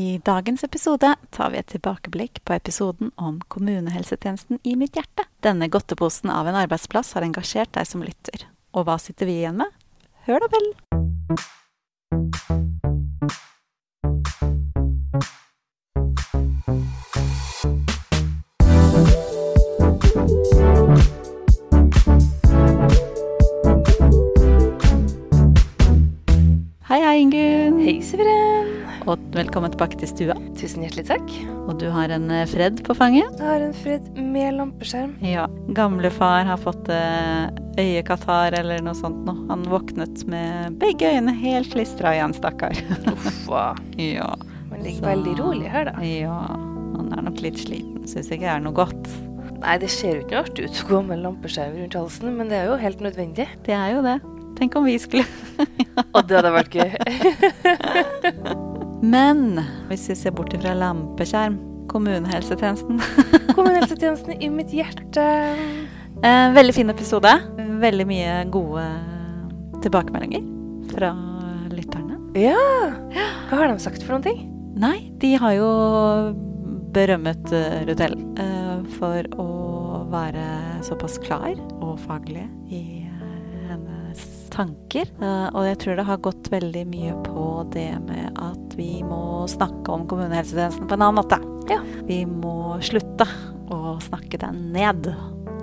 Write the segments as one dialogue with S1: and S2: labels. S1: I dagens episode tar vi et tilbakeblikk på episoden om kommunehelsetjenesten i mitt hjerte. Denne godteposen av en arbeidsplass har engasjert deg som lytter. Og hva sitter vi igjen med? Hør da vel! Hei, hei, Ingunn.
S2: Hei, Siveren.
S1: Og velkommen tilbake til stua.
S2: Tusen hjertelig takk.
S1: Og du har en eh, Fred på fanget.
S2: Jeg har en Fred med lampeskjerm.
S1: Ja. Gamlefar har fått eh, øyekatarr eller noe sånt nå. Han våknet med begge øyne helt klistra igjen, stakkar.
S2: Uffa.
S1: ja.
S2: Man ligger
S1: Så-
S2: veldig rolig her, da.
S1: ja. Han er nok litt sliten. Syns ikke det er noe godt.
S2: Nei, det ser jo ikke noe artig ut å gå med lampeskjerm rundt halsen, men det er jo helt nødvendig.
S1: Det er jo det. Tenk om vi skulle
S2: Og det hadde vært gøy.
S1: Men hvis vi ser bort ifra lampeskjerm, kommunehelsetjenesten
S2: Kommunehelsetjenesten i mitt hjerte.
S1: Eh, veldig fin episode. Veldig mye gode tilbakemeldinger fra lytterne.
S2: Ja. Hva har de sagt for noen ting?
S1: Nei, de har jo berømmet eh, Rutell eh, for å være såpass klar og faglig i eh, hennes tanker. Eh, og jeg tror det har gått veldig mye på det med at vi må snakke om kommunehelsetjenesten på en annen måte.
S2: Ja.
S1: Vi må slutte å snakke den ned.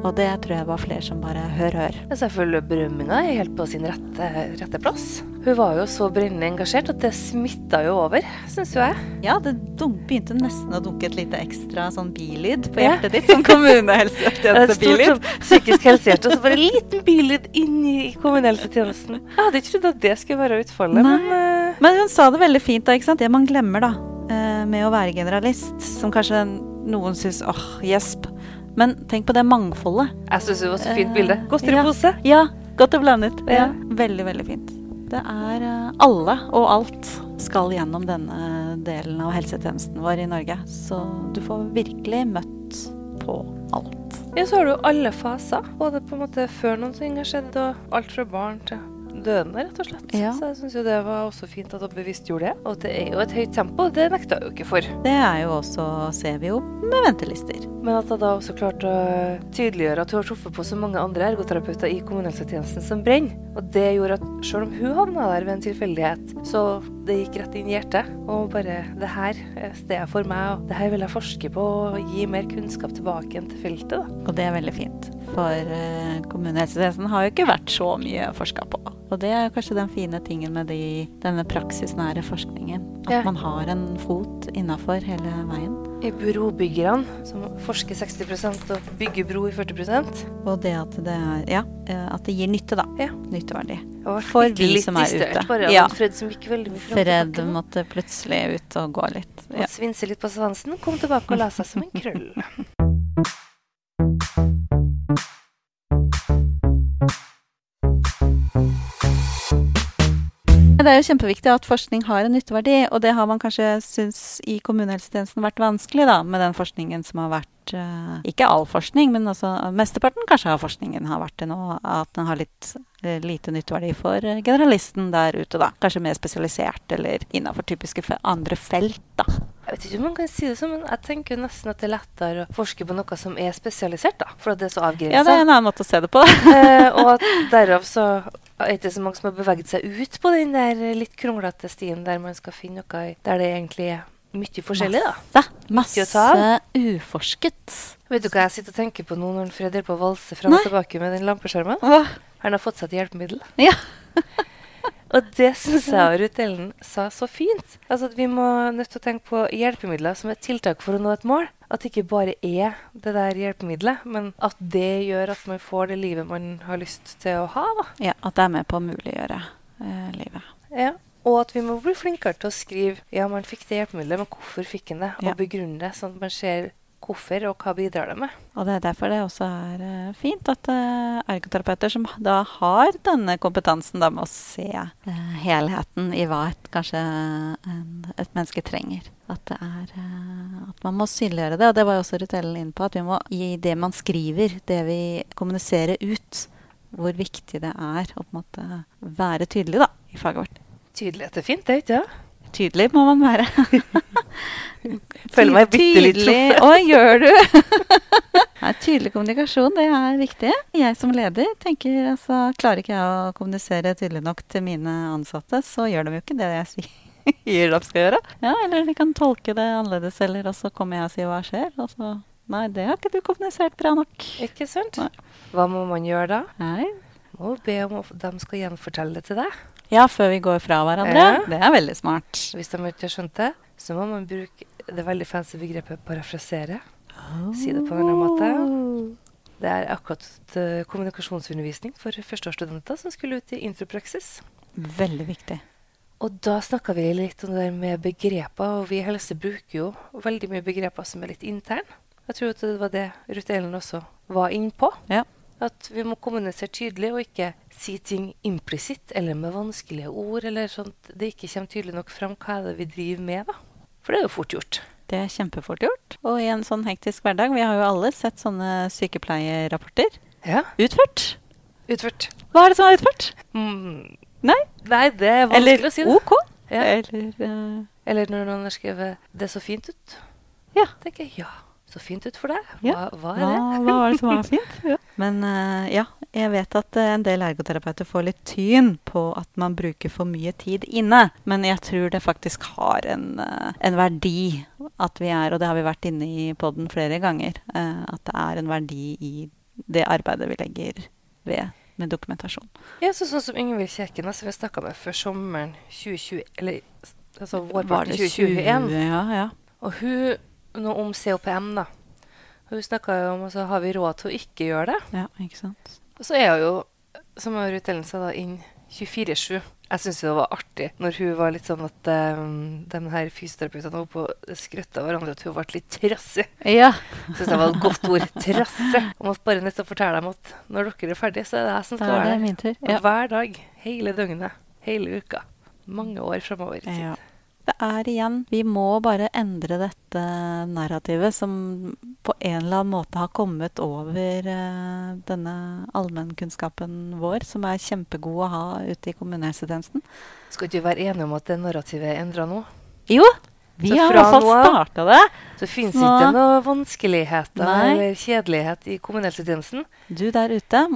S1: Og det tror jeg var flere som bare hør, hør.
S2: Altså, jeg føler berømminga er helt på sin rette, rette plass. Hun var jo så brennende engasjert at det smitta jo over, syns jo jeg.
S1: Ja, det dunk, begynte nesten å dunke et lite ekstra sånn bilyd på
S2: Ja.
S1: hjertet ditt. Som
S2: Et stort
S1: kommunehelsetjenestebilyd.
S2: sånn psykisk helsehjerte, og så bare en liten billyd inni kommunehelsetjenesten. Jeg hadde ikke trodd at det skulle være utfallet,
S1: Nei.
S2: men eh,
S1: Men hun sa det veldig fint, da, ikke sant? Det man glemmer da, eh, med å være generalist, som kanskje noen syns åh, gjesp. Men tenk på det mangfoldet.
S2: jeg syns det var så fint bilde.
S1: Eh, ja.
S2: Godteripose.
S1: Ja, godt og blandet.
S2: Ja.
S1: Veldig, veldig fint. Det er eh, alle og alt skal gjennom denne delen av helsetjenesten vår i Norge. Så du får virkelig møtt på alt.
S2: Ja, så har du jo alle faser. Både på en måte før noen ting har skjedd, og alt fra barn til døende, rett og slett.
S1: Ja.
S2: Så jeg syns jo det var også fint at hun bevisstgjorde det. Og det er jo et høyt tempo, det nekta hun jo ikke for.
S1: Det er jo også, ser vi jo, med ventelister.
S2: Men at jeg da også klarte å tydeliggjøre at hun har truffet på så mange andre ergoterapeuter i kommunehelsetjenesten som brenner. Og det gjorde at selv om hun havna der ved en tilfeldighet, så det gikk rett inn i hjertet. Og bare det her er stedet for meg, og det her vil jeg forske på og gi mer kunnskap tilbake igjen til feltet, da.
S1: Og det er veldig fint. For eh, kommunehelsetjenesten har jo ikke vært så mye forska på. Og det er jo kanskje den fine tingen med de, denne praksisnære forskningen. At
S2: Ja.
S1: man har en fot innafor hele veien.
S2: I brobyggerne, som forsker 60 og bygger bro i 40
S1: Og det at det er Ja, eh, at det gir nytte, da.
S2: Ja.
S1: Nytteverdi.
S2: Og
S1: For vi som er ute.
S2: Bare av
S1: Ja.
S2: en Fred som gikk veldig mye fram og
S1: Fred
S2: tilbake nå.
S1: måtte plutselig ut og gå litt.
S2: Og
S1: Ja.
S2: svinse litt på svansen, kom tilbake og la seg som en krøll.
S1: Det er jo kjempeviktig at forskning har en nytteverdi, og det har man kanskje syns i kommunehelsetjenesten vært vanskelig, da, med den forskningen som har vært eh, Ikke all forskning, men altså mesteparten kanskje av forskningen har vært det nå, at den har litt eh, lite nytteverdi for eh, generalisten der ute, da. Kanskje mer spesialisert, eller innafor typiske fe- andre felt, da.
S2: Jeg vet ikke om man kan si det sånn, men jeg tenker jo nesten at det er lettere å forske på noe som er spesialisert, da. For at det er så avgrensa.
S1: Ja, det er en annen måte å se det på, da.
S2: eh, og at derav så er det ikke så mange som har beveget seg ut på den der litt kronglete stien der man skal finne noe i- der det egentlig er mye forskjellig, da.
S1: Masse,
S2: Mye å ta
S1: masse uforsket.
S2: Vet du hva jeg sitter og tenker på nå når Fred holder på å valse fram og
S1: Nei.
S2: tilbake med den lampeskjermen?
S1: Åh,
S2: Han har fått seg et hjelpemiddel.
S1: Ja.
S2: og det syns jeg Ruth Ellen sa så fint. Altså at Vi må nødt til å tenke på hjelpemidler som et tiltak for å nå et mål. At det ikke bare er det der hjelpemiddelet, men at det gjør at man får det livet man har lyst til å ha. da.
S1: ja, at det er med på å muliggjøre eh, livet.
S2: Ja. Og at vi må bli flinkere til å skrive ja, man fikk det hjelpemiddelet, men hvorfor fikk en det?
S1: Ja.
S2: Og begrunne det, sånn at man ser hvorfor, og hva bidrar det med.
S1: Og det er derfor det også er eh, fint at eh, ergoterapeuter som da har denne kompetansen da med å se eh, helheten i hva et, kanskje en, et menneske trenger. At, det er, eh, at man må synliggjøre det. Og det var jo også Rutellen inne på, at vi må gi det man skriver, det vi kommuniserer ut, hvor viktig det er å på en måte være tydelig da, i faget vårt.
S2: Tydelighet er fint, det, ikke sant?
S1: Tydelig må man være.
S2: Føler meg bitte litt
S1: Tydelig- Å, gjør du? Nei, tydelig kommunikasjon, det er viktig. Jeg som leder tenker altså Klarer ikke jeg å kommunisere tydelig nok til mine ansatte, så gjør de jo ikke det jeg sier de skal gjøre. Ja, eller de kan tolke det annerledes, eller og så kommer jeg og sier hva skjer, og så Nei, det har ikke du kommunisert bra nok.
S2: Ikke sant?
S1: Nei.
S2: Hva må man gjøre da?
S1: Nei.
S2: Må be om at de skal gjenfortelle det til deg.
S1: Ja, før vi går fra hverandre.
S2: Ja.
S1: Det er veldig smart.
S2: Hvis de ikke har skjønt det, så må man bruke det veldig fancy begrepet parafrasere. Si det på en annen måte. Det er akkurat eh, kommunikasjonsundervisning for førsteårsstudenter som skulle ut i intropraksis.
S1: Veldig viktig.
S2: Og da snakka vi litt om det der med begreper, og vi i helse bruker jo veldig mye begreper som er litt interne. Jeg tror at det var det Ruth Ellen også var inne på.
S1: Ja.
S2: At vi må kommunisere tydelig og ikke si ting implisitt eller med vanskelige ord, eller sånn at det ikke kommer tydelig nok fram hva er det vi driver med, da. For det er jo fort gjort.
S1: Det er kjempefort gjort. Og i en sånn hektisk hverdag, vi har jo alle sett sånne sykepleierrapporter.
S2: Ja.
S1: Utført?
S2: Utført.
S1: Hva er det som er utført?
S2: Mm.
S1: Nei?
S2: Nei, det er vanskelig
S1: Eller
S2: å si. det.
S1: OK?
S2: Ja.
S1: Eller eh,
S2: Eller når noen har skrevet 'det så fint ut',
S1: Ja.
S2: tenker jeg ja, så fint ut for deg.
S1: Ja.
S2: Hva, hva er
S1: hva,
S2: det?
S1: hva var det som var fint? Ja. Men eh, ja, jeg vet at eh, en del ergoterapeuter får litt tyn på at man bruker for mye tid inne. Men jeg tror det faktisk har en, eh, en verdi at vi er, og det har vi vært inne i podden flere ganger, eh, at det er en verdi i det arbeidet vi legger ved med dokumentasjon.
S2: Ja, så sånn som Ingvild Kjerkenes som vi snakka med før sommeren 2020 Eller s- altså
S1: Var
S2: vårparten
S1: det
S2: 2021.
S1: 20? Ja, ja.
S2: Og hun nå om COPM, da. Hun snakka jo om altså, har vi råd til å ikke gjøre det.
S1: ja, ikke sant.
S2: Og så er hun jo, som Ruth Ellen sa, da, inn 24-7. Jeg syns det var artig når hun var litt sånn at um, de her fysioterapeutene var oppe og skrøtta av hverandre at hun ble litt trassig.
S1: Ja.
S2: Syns jeg var et godt ord. Trassig. Jeg måtte bare nettopp fortelle dem at når dere er ferdige, så er det jeg som
S1: Da
S2: skal
S1: er
S2: være
S1: det
S2: der.
S1: min tur.
S2: Og Hver dag, hele døgnet, hele uka. Mange år framover. i tid.
S1: Ja. Det er igjen Vi må bare endre dette narrativet som på en eller annen måte har kommet over eh, denne allmennkunnskapen vår, som er kjempegod å ha ute i kommunehelsetjenesten.
S2: Skal ikke vi være enige om at det narrativet er endra nå?
S1: Jo! Vi
S2: Så
S1: har i
S2: fra
S1: hvert fall
S2: nå av-
S1: starta det.
S2: Så fins
S1: Nå-
S2: ikke noe vanskeligheter
S1: Nei.
S2: eller kjedelighet i kommunehelsetjenesten.
S1: Du der ute,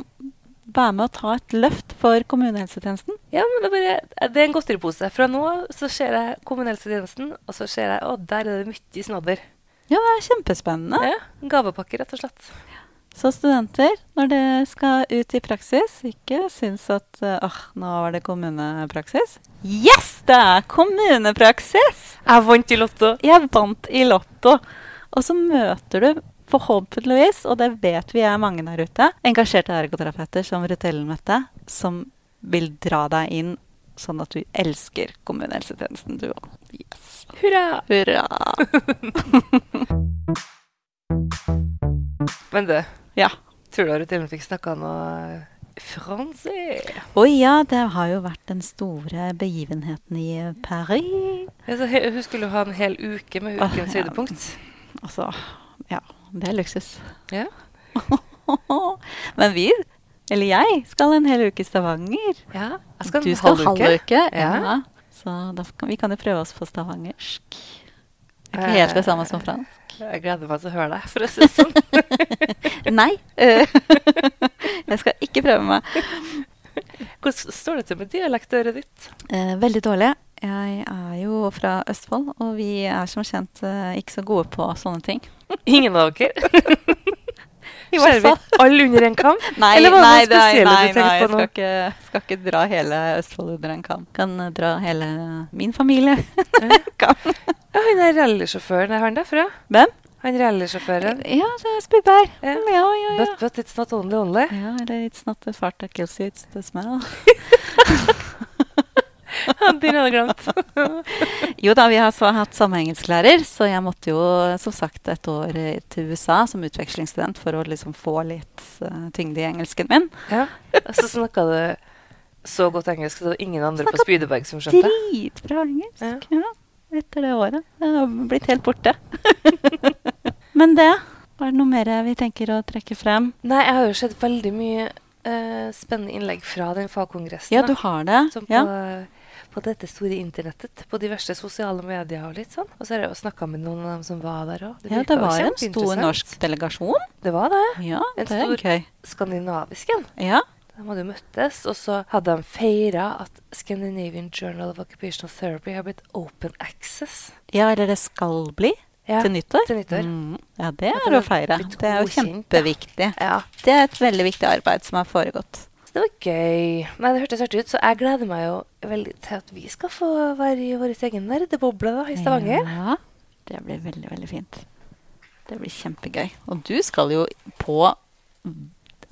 S1: vær med å ta et løft for kommunehelsetjenesten.
S2: Ja, men det er, bare, det er en godteripose. Fra nå av så ser jeg kommunehelsetjenesten, og så ser jeg å, der er det mye snadder.
S1: Ja, det er kjempespennende.
S2: Ja, en gavepakke, rett og slett.
S1: Så studenter, når dere skal ut i praksis, ikke syns at eh, åh, nå var det kommunepraksis. Yes, det er kommunepraksis!
S2: Jeg vant i Lotto!
S1: Jeg vant i Lotto! Og så møter du forhåpentligvis, og det vet vi er mange der ute, engasjerte ergoterapeuter som Ruth Ellen møtte, som vil dra deg inn sånn at du elsker kommunehelsetjenesten, du òg. Yes.
S2: Hurra!
S1: Hurra!
S2: Men du,
S1: Ja.
S2: tror du Ruth Ellen fikk snakka noe fransk?
S1: Å ja, det har jo vært den store begivenheten i Paris.
S2: Altså, he- hun skulle jo ha en hel uke med
S1: Åh,
S2: ukens
S1: Ah, ja.
S2: høydepunkt.
S1: Altså, ja, det er luksus.
S2: Ja.
S1: Men vi, eller jeg, skal en hel uke i Stavanger.
S2: ja. Jeg skal
S1: du
S2: en
S1: skal
S2: halv uke.
S1: Ja.
S2: Ja.
S1: Så da kan, vi kan jo prøve oss på stavangersk. Det er ikke helt det samme som fransk.
S2: Jeg gleder meg til å høre deg, for å si det sånn.
S1: Nei. eh, jeg skal ikke prøve meg.
S2: Hvordan står det til med dialektøret ditt?
S1: Eh, veldig dårlig. Jeg er jo fra Østfold, og vi er som kjent eh, ikke så gode på sånne ting.
S2: Ingen av dere?
S1: I
S2: Skjærer
S1: hvert
S2: vi
S1: fall.
S2: alle under en kam?
S1: Nei,
S2: Eller var det
S1: nei,
S2: noe
S1: det er-
S2: spesielt du
S1: nei,
S2: tenkte
S1: nei, jeg
S2: på nå?
S1: skal ikke, skal ikke dra hele Østfold under en kam. Kan eh, dra hele min familie under en kam.
S2: Ja, han er rallysjåføren. Er han derfra?
S1: Hvem?
S2: Han rallysjåføren.
S1: Ja, det er Spyberg.
S2: Ja.
S1: Ja, ja, ja.
S2: But, but it's not only only.
S1: ja eller it's not the fart that kills you, it's the smell.
S2: Den hadde jeg glemt.
S1: Jo da, vi har så hatt samme engelsklærer, så jeg måtte jo som sagt et år eh, til USA som utvekslingsstudent for å liksom få litt eh, tyngde i engelsken min.
S2: Ja. Og så snakka du så godt engelsk, så det var ingen andre på
S1: Snakket
S2: Spydeberg som skjønte.
S1: Dritbra engelsk. Ja. Etter det året. Det har blitt helt borte. Men det var det noe mer vi tenker å trekke frem?
S2: Nei, jeg har jo sett veldig mye eh, spennende innlegg fra den fagkongressen.
S1: Ja,
S2: da.
S1: du har det.
S2: Som på,
S1: Ja.
S2: på på dette store internettet, på diverse sosiale medier og litt sånn. Og så har jeg jo snakka med noen av dem som var der òg.
S1: Ja, det var en stor norsk delegasjon.
S2: Det var det.
S1: Ja,
S2: En
S1: det er
S2: stor-
S1: gøy.
S2: Skandinavisk en.
S1: Ja.
S2: De hadde jo møttes, og så hadde de feira at Scandinavian Journal of Occupational Therapy har blitt open access.
S1: ja, eller det skal bli
S2: Ja,
S1: til nyttår.
S2: Til nyttår.
S1: Mm. Ja, det
S2: At
S1: er
S2: det
S1: å feire.
S2: blitt
S1: Det er jo
S2: godkjent,
S1: kjempeviktig.
S2: Ja.
S1: Det er et veldig viktig arbeid som har foregått.
S2: Så det var gøy. Nei, det hørtes artig ut, så jeg gleder meg jo veldig til at vi skal få være i vår egen nerdeboble da, i Stavanger.
S1: Ja, det blir veldig, veldig fint. Det blir kjempegøy. Og du skal jo på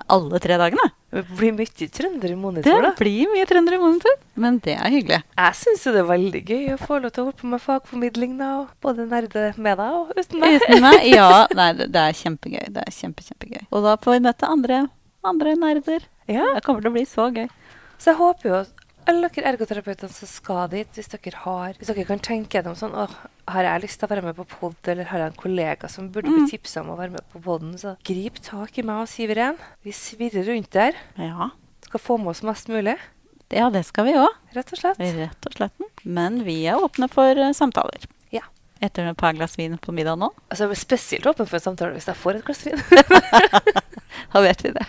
S1: alle tre dagene.
S2: Det blir mye trønder i
S1: Det
S2: monitor, da.
S1: blir mye trøndere i monitor, men det er hyggelig.
S2: Jeg syns jo det er veldig gøy å få lov til å holde på med fagformidling, da. Og både nerde med deg og uten deg.
S1: Uten meg, ja. Nei, det det er kjempegøy. Det er kjempe, kjempegøy. Og da får vi møte andre, andre nerder.
S2: Ja.
S1: Det kommer til å bli så gøy.
S2: Så jeg håper jo at alle dere ergoterapeutene som skal dit, hvis dere har Hvis dere kan tenke gjennom sånn Åh, har jeg lyst til å være med på pod, eller har jeg en kollega som burde bli
S1: Mm.
S2: tipsa om å være med på poden, så grip tak i meg og Siveren. Vi svirrer rundt der.
S1: Ja,
S2: Skal få med oss mest mulig,
S1: ja det skal vi òg.
S2: rett og slett.
S1: Rett og slett. Men vi er åpne for eh, samtaler.
S2: Ja.
S1: Etter et par glass vin på middag nå,
S2: Altså, jeg blir spesielt åpen for en samtale hvis jeg får et glass vin.
S1: da vet vi det.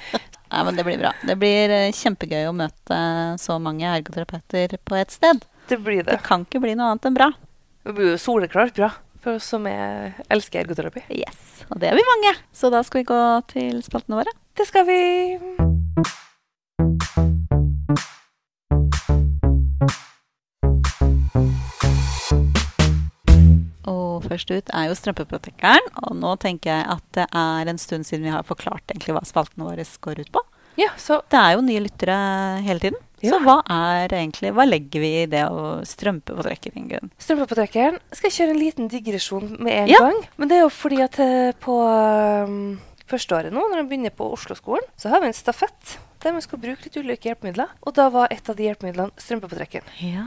S1: Nei, men det blir bra. Det blir eh, kjempegøy å møte eh, så mange ergoterapeuter på ett sted.
S2: Det blir
S1: Det
S2: det.
S1: kan ikke bli noe annet enn bra.
S2: Det blir jo soleklart bra for oss som er, elsker ergoterapi.
S1: Yes. Og det er vi mange. Så da skal vi gå til spaltene våre.
S2: Det skal vi.
S1: Og først ut er jo strømpeprotekeren. Og nå tenker jeg at det er en stund siden vi har forklart egentlig hva spaltene våre går ut på.
S2: Ja, så
S1: Det er jo nye lyttere hele tiden. Så
S2: Ja.
S1: hva er egentlig, hva legger vi i det å strømpe på trekker, Ingunn?
S2: Strømpepåtrekkeren skal jeg kjøre en liten digresjon med en
S1: Ja.
S2: gang. Men det er jo fordi at eh, på um, førsteåret nå, når de begynner på Oslo-skolen, så har vi en stafett der vi skal bruke litt ulike hjelpemidler. Og da var et av de hjelpemidlene strømpepåtrekkeren.
S1: Ja.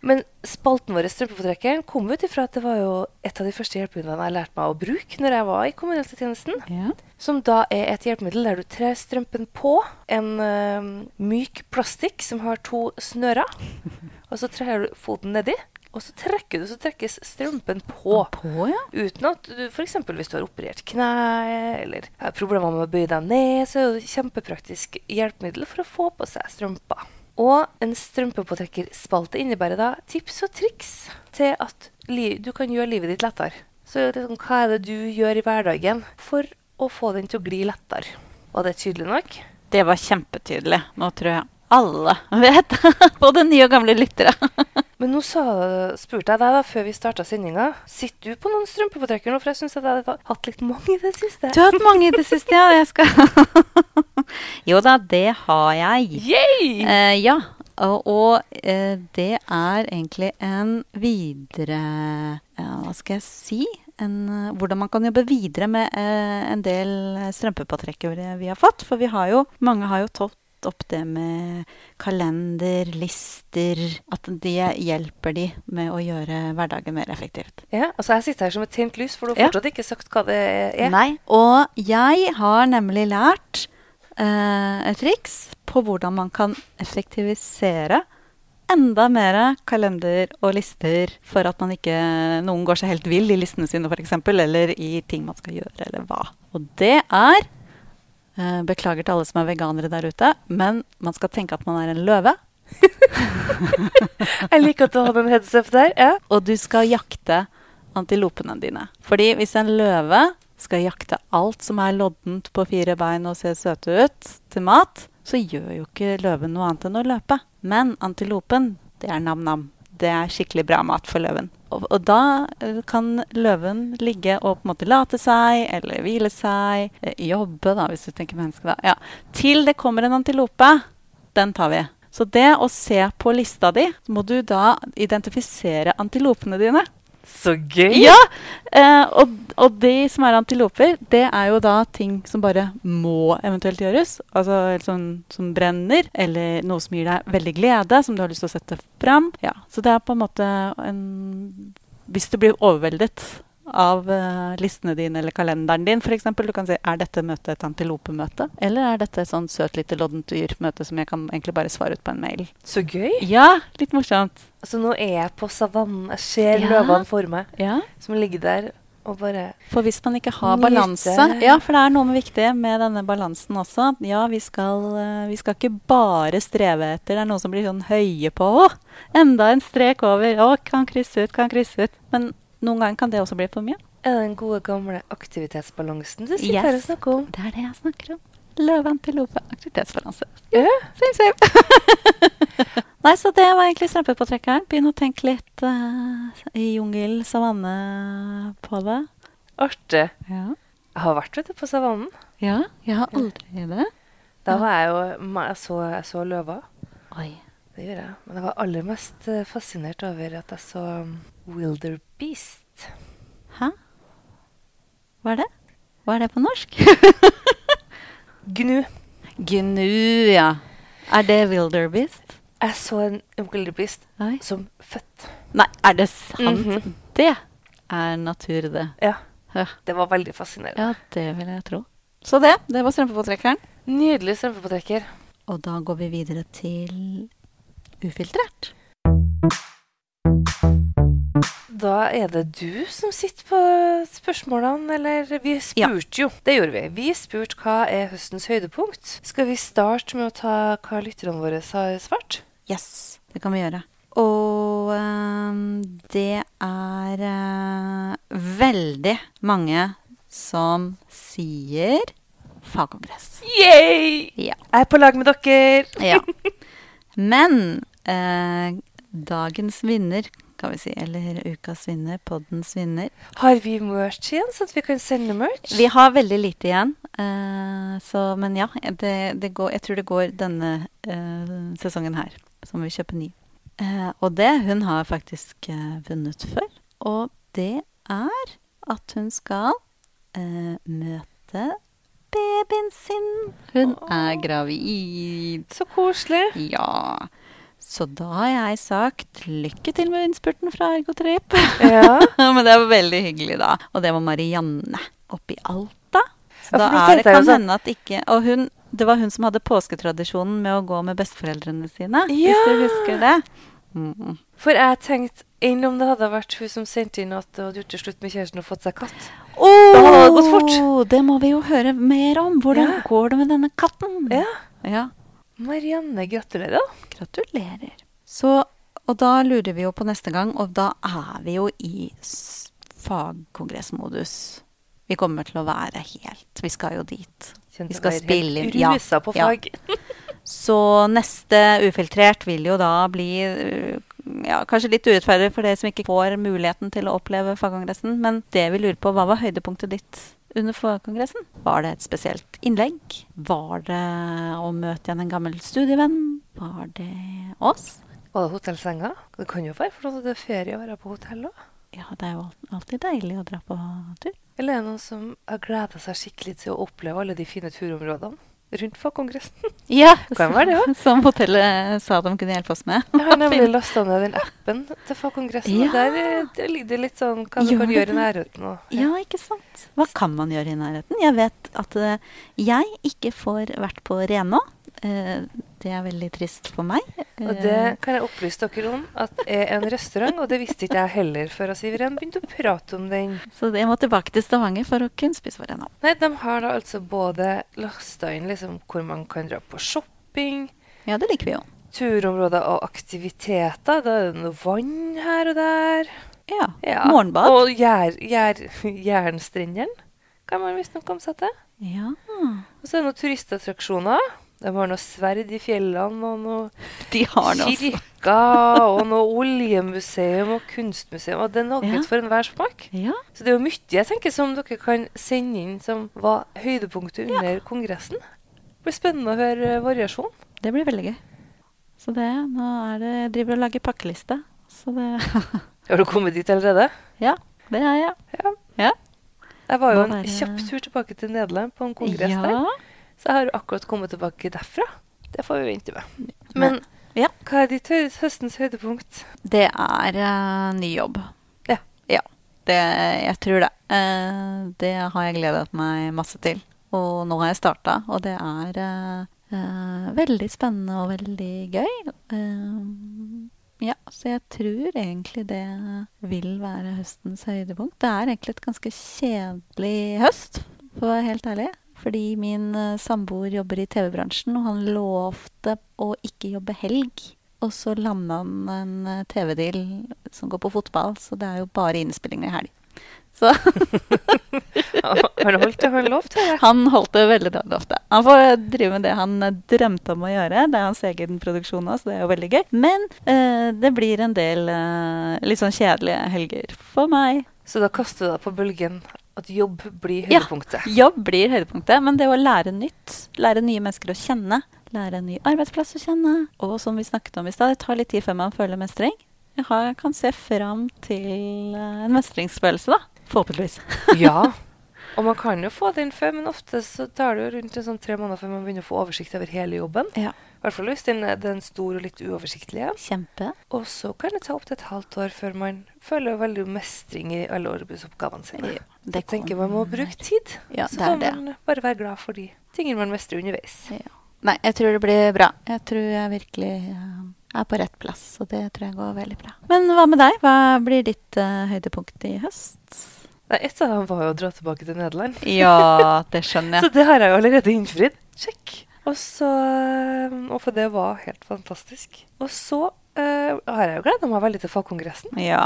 S2: Men spalten vår strømpepåtrekkeren kom ut ifra at det var jo et av de første hjelpemidlene jeg lærte meg å bruke når jeg var i kommunehelsetjenesten.
S1: ja.
S2: Som da er et hjelpemiddel der du trer strømpen på en eh, myk plastikk som har to snører. Og så trer du foten nedi, og så trekker du, så trekkes strømpen på.
S1: På, ja.
S2: Uten at du f.eks. hvis du har operert kneet eller har problemer med å bøye deg ned, så er det et kjempepraktisk hjelpemiddel for å få på seg strømper. Og en strømpepåtrekkerspalte innebærer da tips og triks til at li du kan gjøre livet ditt lettere. Så det er sånn, hva er det du gjør i hverdagen for å få den til å gli lettere? Var det tydelig nok?
S1: Det var kjempetydelig. Nå tror jeg alle vet. Både nye og gamle lyttere.
S2: Men nå sa, spurte jeg deg da, før vi starta sendinga, sitter du på noen strømpepåtrekker nå? For jeg syns jeg har hatt litt mange i det siste.
S1: Du har hatt mange i det siste, ja. Jeg skal Jo da, det har jeg.
S2: Yay!
S1: Eh, ja, og, og eh, det er egentlig en videre ja, Hva skal jeg si? En, eh, hvordan man kan jobbe videre med eh, en del strømpepåtrekkere vi har fått. For vi har jo, mange har jo tatt opp det med kalender, lister At det hjelper de med å gjøre hverdagen mer effektivt.
S2: Ja, altså jeg sitter her som et tent lys, for du
S1: Ja.
S2: har fortsatt ikke sagt hva det er.
S1: Nei. Og jeg har nemlig lært eh, et triks på hvordan man kan effektivisere enda mer kalender og lister for at man ikke noen går seg helt vill i listene sine f.eks., eller i ting man skal gjøre, eller hva. Og det er eh, Beklager til alle som er veganere der ute, men man skal tenke at man er en løve.
S2: Jeg liker at du hadde en heads up der. Ja.
S1: Og du skal jakte antilopene dine. Fordi hvis en løve skal jakte alt som er loddent på fire bein og ser søte ut, til mat, så gjør jo ikke løven noe annet enn å løpe. Men antilopen, det er nam-nam. Det er skikkelig bra mat for løven. Og, og da eh, kan løven ligge og på en måte late seg, eller hvile seg, eh, jobbe, da, hvis du tenker menneske, da. Ja. Til det kommer en antilope den tar vi. Så det å se på lista di, så må du da identifisere antilopene dine.
S2: Så gøy!
S1: Ja! Eh, og, og de som er antiloper, det er jo da ting som bare må eventuelt gjøres. Altså som, som brenner, eller noe som gir deg veldig glede, som du har lyst til å sette fram. Ja, så det er på en måte en Hvis du blir overveldet av eh, listene dine eller kalenderen din, f.eks. Du kan si er dette møtet et antilopemøte, eller er dette et sånn søt lite loddent dyr-møte som jeg kan egentlig bare svare ut på en mail.
S2: Så gøy.
S1: Ja, litt morsomt.
S2: Så nå er jeg på savannen. Jeg ser
S1: Ja.
S2: løvene for meg
S1: Ja.
S2: som ligger der og bare
S1: For hvis man ikke har
S2: Nyte.
S1: balanse Ja, for det er noe med viktig med denne balansen også. Ja, vi skal, eh, vi skal ikke bare streve etter. Det er noen som blir sånn høye på. Å, enda en strek over. Å, kan krysse ut, kan krysse ut. Men noen ganger kan det også bli for mye.
S2: Er det den gode, gamle aktivitetsbalansen du sitter
S1: Yes.
S2: her og snakker om?
S1: Det er det jeg snakker om. Løveantilope. Aktivitetsbalanse.
S2: Ja.
S1: Same, same. Nei, så det var egentlig strømpe på trekkeren. Begynn å tenke litt eh, i jungel, savanne på det.
S2: Artig.
S1: Ja.
S2: Jeg har vært vet du, på savannen.
S1: ja. Jeg har aldri det.
S2: Da var jeg jo ma- Jeg så, jeg så løver.
S1: Oi.
S2: Det gjorde jeg. Men jeg var aller mest eh, fascinert over at jeg så um, Wilder Beast.
S1: Hæ? Hva er det? Hva er det på norsk?
S2: Gnu.
S1: Gnu, ja. Er det wilderbeest?
S2: Jeg så en Wilder Beast
S1: Oi.
S2: som født.
S1: Nei, er det sant?
S2: Mhm.
S1: Det er natur, det.
S2: Ja.
S1: Ja.
S2: Det var veldig fascinerende.
S1: ja, det vil jeg tro. Så det, det var strømpepåtrekkeren.
S2: Nydelig strømpepåtrekker.
S1: Og da går vi videre til ufiltrert.
S2: Da er det du som sitter på spørsmålene, eller Vi spurte jo. Det gjorde vi. Vi spurte hva er høstens høydepunkt. Skal vi starte med å ta hva lytterne våre har svart?
S1: Yes, det kan vi gjøre. Og ehm, det er eh, veldig mange som sier fagkongress.
S2: Yay!
S1: Ja.
S2: Jeg er på lag med dere.
S1: ja. Men eh, dagens vinner, kan vi si, eller ukas vinner, poddens vinner
S2: Har vi merch igjen, så at vi kan sende merch?
S1: Vi har veldig lite igjen. eh, så, men ja, det, det går, jeg tror det går denne eh, sesongen her. Så må vi kjøpe ny. Eh, og det hun har faktisk eh, vunnet før, og det er at hun skal eh, møte babyen sin. Hun er gravid.
S2: Så koselig.
S1: Ja. Så da har jeg sagt lykke til med innspurten fra Ergotrip.
S2: Ja.
S1: Men det var veldig hyggelig, da. Og det var Marianne oppe i Alta. Så
S2: Ja, for
S1: da er
S2: nå
S1: det,
S2: tenkte jeg jo
S1: kan
S2: sånn-
S1: hende at ikke Og hun, det var hun som hadde påsketradisjonen med å gå med besteforeldrene sine,
S2: Ja.
S1: hvis du husker det. Mm.
S2: For jeg tenkte enn om det hadde vært hun som sendte inn at hun hadde gjort det slutt med kjæresten og fått seg katt. Da hadde det gått fort.
S1: Åh, det må vi jo høre mer om. Hvordan
S2: Ja.
S1: går det med denne katten?
S2: Ja.
S1: ja.
S2: Marianne, gratulerer.
S1: Gratulerer. Så, og da lurer vi jo på neste gang, og da er vi jo i s- fagkongressmodus. Vi kommer til å være helt Vi skal jo dit.
S2: Kjente
S1: Vi skal
S2: meg helt
S1: spille inn. Ja,
S2: Rusa på
S1: ja.
S2: fag.
S1: Så neste Ufiltrert vil jo da bli øh, ja, kanskje litt urettferdig for dere som ikke får muligheten til å oppleve fagkongressen, men det vi lurer på, hva var høydepunktet ditt under fagkongressen? Var det et spesielt innlegg? Var det å møte igjen en gammel studievenn? Var det oss?
S2: Var det hotellsenga? Det kan jo være, for det er ferie å være på hotell òg.
S1: Ja, det er jo al- alltid deilig å dra på tur.
S2: Eller er det noen som har gleda seg skikkelig til å oppleve alle de fine turområdene rundt fagkongressen?
S1: Ja,
S2: Kan være det også.
S1: Som hotellet sa de kunne hjelpe oss med.
S2: Jeg har nemlig lasta ned den appen til fagkongressen, og
S1: Ja.
S2: der, eh, der ligger det litt sånn hva du
S1: Gjør
S2: kan
S1: det
S2: gjøre i
S1: det?
S2: nærheten. Og,
S1: Ja, ikke sant. Hva kan man gjøre i nærheten? Jeg vet at eh, jeg ikke får vært på Renå. Eh, Det er veldig trist for meg.
S2: og
S1: Eh,
S2: det kan jeg opplyse dere om at er en restaurant, og det visste ikke jeg heller før jeg Siveren begynte å prate om den.
S1: Så jeg må tilbake til Stavanger for å kunne spise på Renå.
S2: Nei, de har da altså både lasta inn liksom hvor man kan dra på shopping,
S1: Ja, det liker vi jo.
S2: turområder og aktiviteter. Da er det noe vann her og der.
S1: Ja.
S2: Ja.
S1: Morgenbad.
S2: Og jær, jær, jernstrendene kan man visstnok komme seg til.
S1: Ja.
S2: Og så er det noen turistattraksjoner. De har noe sverd i fjellene og noe
S1: De har noe. også.
S2: kirker og noe oljemuseum og kunstmuseum. Og det er noe
S1: Ja.
S2: for enhver smak.
S1: Ja.
S2: Så det er jo mye jeg tenker som dere kan sende inn som var høydepunktet under kongressen. Det blir spennende å høre eh, variasjon.
S1: Det blir veldig gøy. Så det, nå er det, jeg driver og lager pakkeliste. Så det
S2: Har du kommet dit allerede?
S1: Ja, det er jeg.
S2: Ja.
S1: Ja.
S2: Jeg var jo
S1: Må
S2: en
S1: være-
S2: kjapp tur tilbake til Nederland på en kongress
S1: ja.
S2: der. Så jeg har jo akkurat kommet tilbake derfra. Det får vi vente med. Men
S1: Ja.
S2: hva er ditt hø- høstens høydepunkt?
S1: Det er eh, ny jobb.
S2: Ja.
S1: Det, jeg tror det. Eh, Det har jeg gledet meg masse til. Og nå har jeg starta, og det er eh, eh, veldig spennende og veldig gøy. Eh, ja, så jeg tror egentlig det vil være høstens høydepunkt. Det er egentlig et ganske kjedelig høst, for å være helt ærlig. Fordi min eh, samboer jobber i TV-bransjen, og han lovte å ikke jobbe helg. Og så landa han en eh, TV-deal som går på fotball, så det er jo bare innspillinger i helg. Så
S2: Har han holdt det han lovte? eller?
S1: han holdt det veldig dårlig ofte. Han får drive med det han eh, drømte om å gjøre. Det er hans egen produksjon nå, så det er jo veldig gøy. Men eh, det blir en del eh, litt sånn kjedelige helger for meg.
S2: Så da kaster du deg på bølgen at jobb blir
S1: Ja.
S2: høydepunktet.
S1: Jobb blir høydepunktet, men det å lære nytt, lære nye mennesker å kjenne, lære en ny arbeidsplass å kjenne, og som vi snakket om i stad, det tar litt tid før man føler mestring. Jeg har, kan se fram til eh, en mestringsfølelse, da. Forhåpentligvis.
S2: Ja. Og man kan jo få den før, men ofte så tar det jo rundt en sånn tre måneder før man begynner å få oversikt over hele jobben.
S1: Ja.
S2: I hvert fall hvis den er, den er stor og litt uoversiktlig. Ja.
S1: Kjempe.
S2: Og så kan det ta opptil et halvt år før man føler veldig mestring i alle arbeidsoppgavene sine.
S1: Ja,
S2: Jeg tenker man må bruke tid.
S1: Ja,
S2: så
S1: det er
S2: kan
S1: det.
S2: man bare være glad for de tingene man mestrer underveis.
S1: Ja. Nei, jeg tror det blir bra. Jeg tror jeg virkelig eh, er på rett plass, så det tror jeg går veldig bra. Men hva med deg? Hva blir ditt eh, høydepunkt i høst?
S2: Nei, Et av dem var jo å dra tilbake til Nederland.
S1: Ja, det skjønner
S2: Så det har jeg jo allerede innfridd. Sjekk. Og så eh, Og for det var helt fantastisk. Og så eh, har jeg jo gleda meg veldig til fagkongressen.
S1: Ja.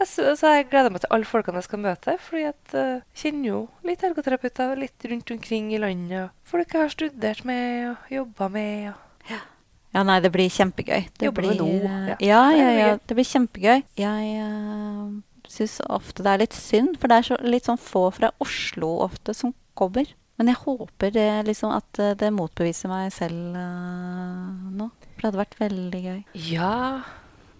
S2: Jeg, så, så jeg gleder meg til alle folkene jeg skal møte. fordi at eh, jeg kjenner jo litt ergoterapeuter litt rundt omkring i landet. og Folk jeg har studert med og jobba med. Og.
S1: Ja, nei, det blir kjempegøy. Det
S2: Jobber med
S1: blir,
S2: noe,
S1: eh, Ja,
S2: ja. Det er
S1: ja, ja.
S2: veldig
S1: Det blir kjempegøy. Jeg uh, syns ofte det er litt synd, for det er så, litt sånn få fra Oslo ofte som kommer. Men jeg håper det, liksom, at eh, det motbeviser meg selv eh, nå. For det hadde vært veldig gøy.
S2: Ja,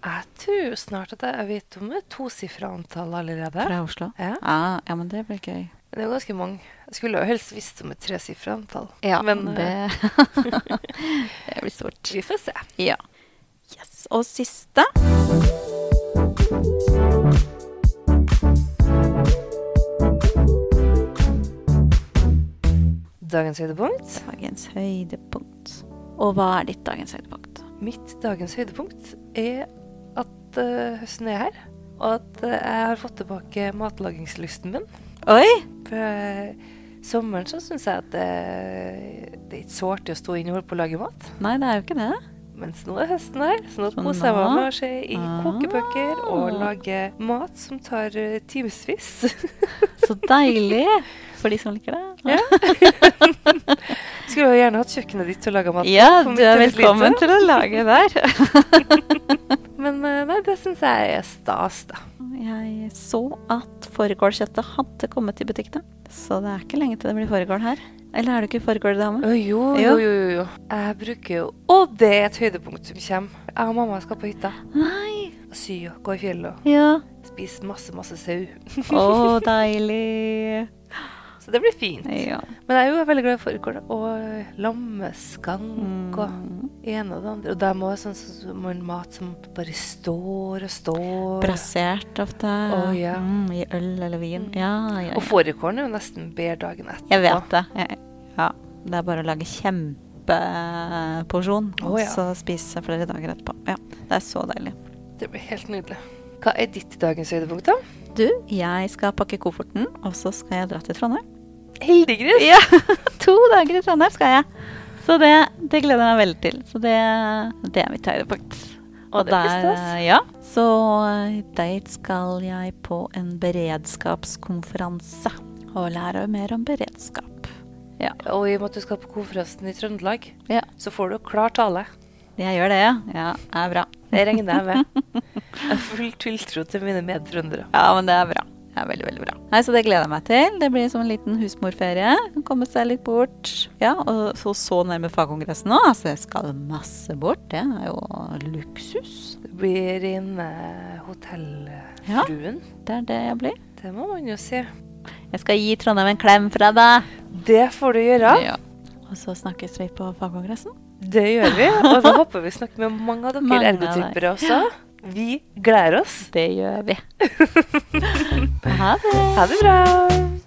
S2: jeg tror jo snart at jeg, jeg vet om et tosifra antall allerede.
S1: Fra Oslo?
S2: Ja.
S1: Ja, ja, men det blir gøy.
S2: Det er jo ganske mange. Jeg skulle jo helst visst om et tresifra antall.
S1: Ja,
S2: Men
S1: det,
S2: eh,
S1: det blir stort.
S2: vi får se.
S1: Ja. Yes. Og siste
S2: Dagens høydepunkt.
S1: dagens høydepunkt. Og hva er ditt dagens høydepunkt?
S2: Mitt dagens høydepunkt er at eh, høsten er her, og at eh, jeg har fått tilbake matlagingslysten min.
S1: Oi!
S2: For eh, sommeren så syns jeg at eh, det, det er ikke så artig å stå inne og holde på å lage mat.
S1: Nei, det er jo ikke det.
S2: Mens nå sånn er høsten her, så nå
S1: Så
S2: koser jeg meg
S1: nå-
S2: med å se i
S1: Ah.
S2: kokebøker og lage mat som tar uh, timevis.
S1: Så deilig for de som liker det. Ja,
S2: Skulle jo gjerne hatt kjøkkenet ditt til å lage mat.
S1: du
S2: for mitt
S1: er
S2: er litt
S1: velkommen
S2: lite.
S1: til å lage der.
S2: Men eh, nei, det syns jeg er stas, da.
S1: Jeg så at fårikålkjøttet hadde kommet i butikkene. Så det er ikke lenge til det blir fårikål her. Eller er du ikke fårikåldame?
S2: Å, jo, jo,
S1: Jo.
S2: jo, jo, jo. Jeg bruker jo Og det er et høydepunkt som kommer. Jeg og mamma skal på hytta.
S1: Nei.
S2: Sy og gå i fjellet og
S1: Ja.
S2: spise masse, masse sau.
S1: Å, deilig.
S2: Så det blir fint.
S1: Ja.
S2: Men jeg er jo veldig glad i fårikål. Og lammeskank og
S1: Mm.
S2: ene og det andre. Og de må ha sånn som en mat som bare står og står.
S1: Brasert ofte.
S2: Å, ja.
S1: mm, I øl eller vin. Ja, ja,
S2: Og
S1: ja.
S2: fårikålen er jo nesten bedre dagen etter.
S1: Jeg vet det. Jeg, ja. Det er bare å lage kjempeporsjon,
S2: Å, ja.
S1: og så spise flere dager etterpå. Ja, Det er så deilig.
S2: Det blir helt nydelig. Hva er ditt dagens høydepunkt, da?
S1: Du, jeg skal pakke kofferten, og så skal jeg dra til Trondheim.
S2: Heldiggris!
S1: Ja, To dager i Trondheim skal jeg. Så det, det gleder jeg meg veldig til. Så det, det er mitt høydepunkt.
S2: Og det blir
S1: der,
S2: stas.
S1: Ja. Så eh, dit skal jeg på en beredskapskonferanse og lære mer om beredskap. Ja,
S2: Og i og med at du skal på konferansen i Trøndelag,
S1: Ja.
S2: så får du klar tale.
S1: jeg gjør det, ja. Ja, det er bra.
S2: Det regner jeg med. Jeg har full tiltro til mine medtrøndere.
S1: Ja, men det er bra. Det er veldig, veldig bra. Nei, Så det gleder jeg meg til. Det blir som en liten husmorferie. Kan Komme seg litt bort. Ja, og så, så nærme fagkongressen nå. Altså, jeg skal masse bort. Det er jo luksus.
S2: Du blir inn eh, hotellfruen.
S1: Det er det jeg blir.
S2: Det må man jo si.
S1: Jeg skal gi Trondheim en klem fra deg.
S2: Det får du gjøre.
S1: Og så snakkes vi på fagkongressen.
S2: Det gjør vi. Og da håper vi snakker med mange av dere
S1: Mange av
S2: ergotypere også. Vi gleder oss.
S1: Det gjør vi. Ha det.
S2: Ha det bra.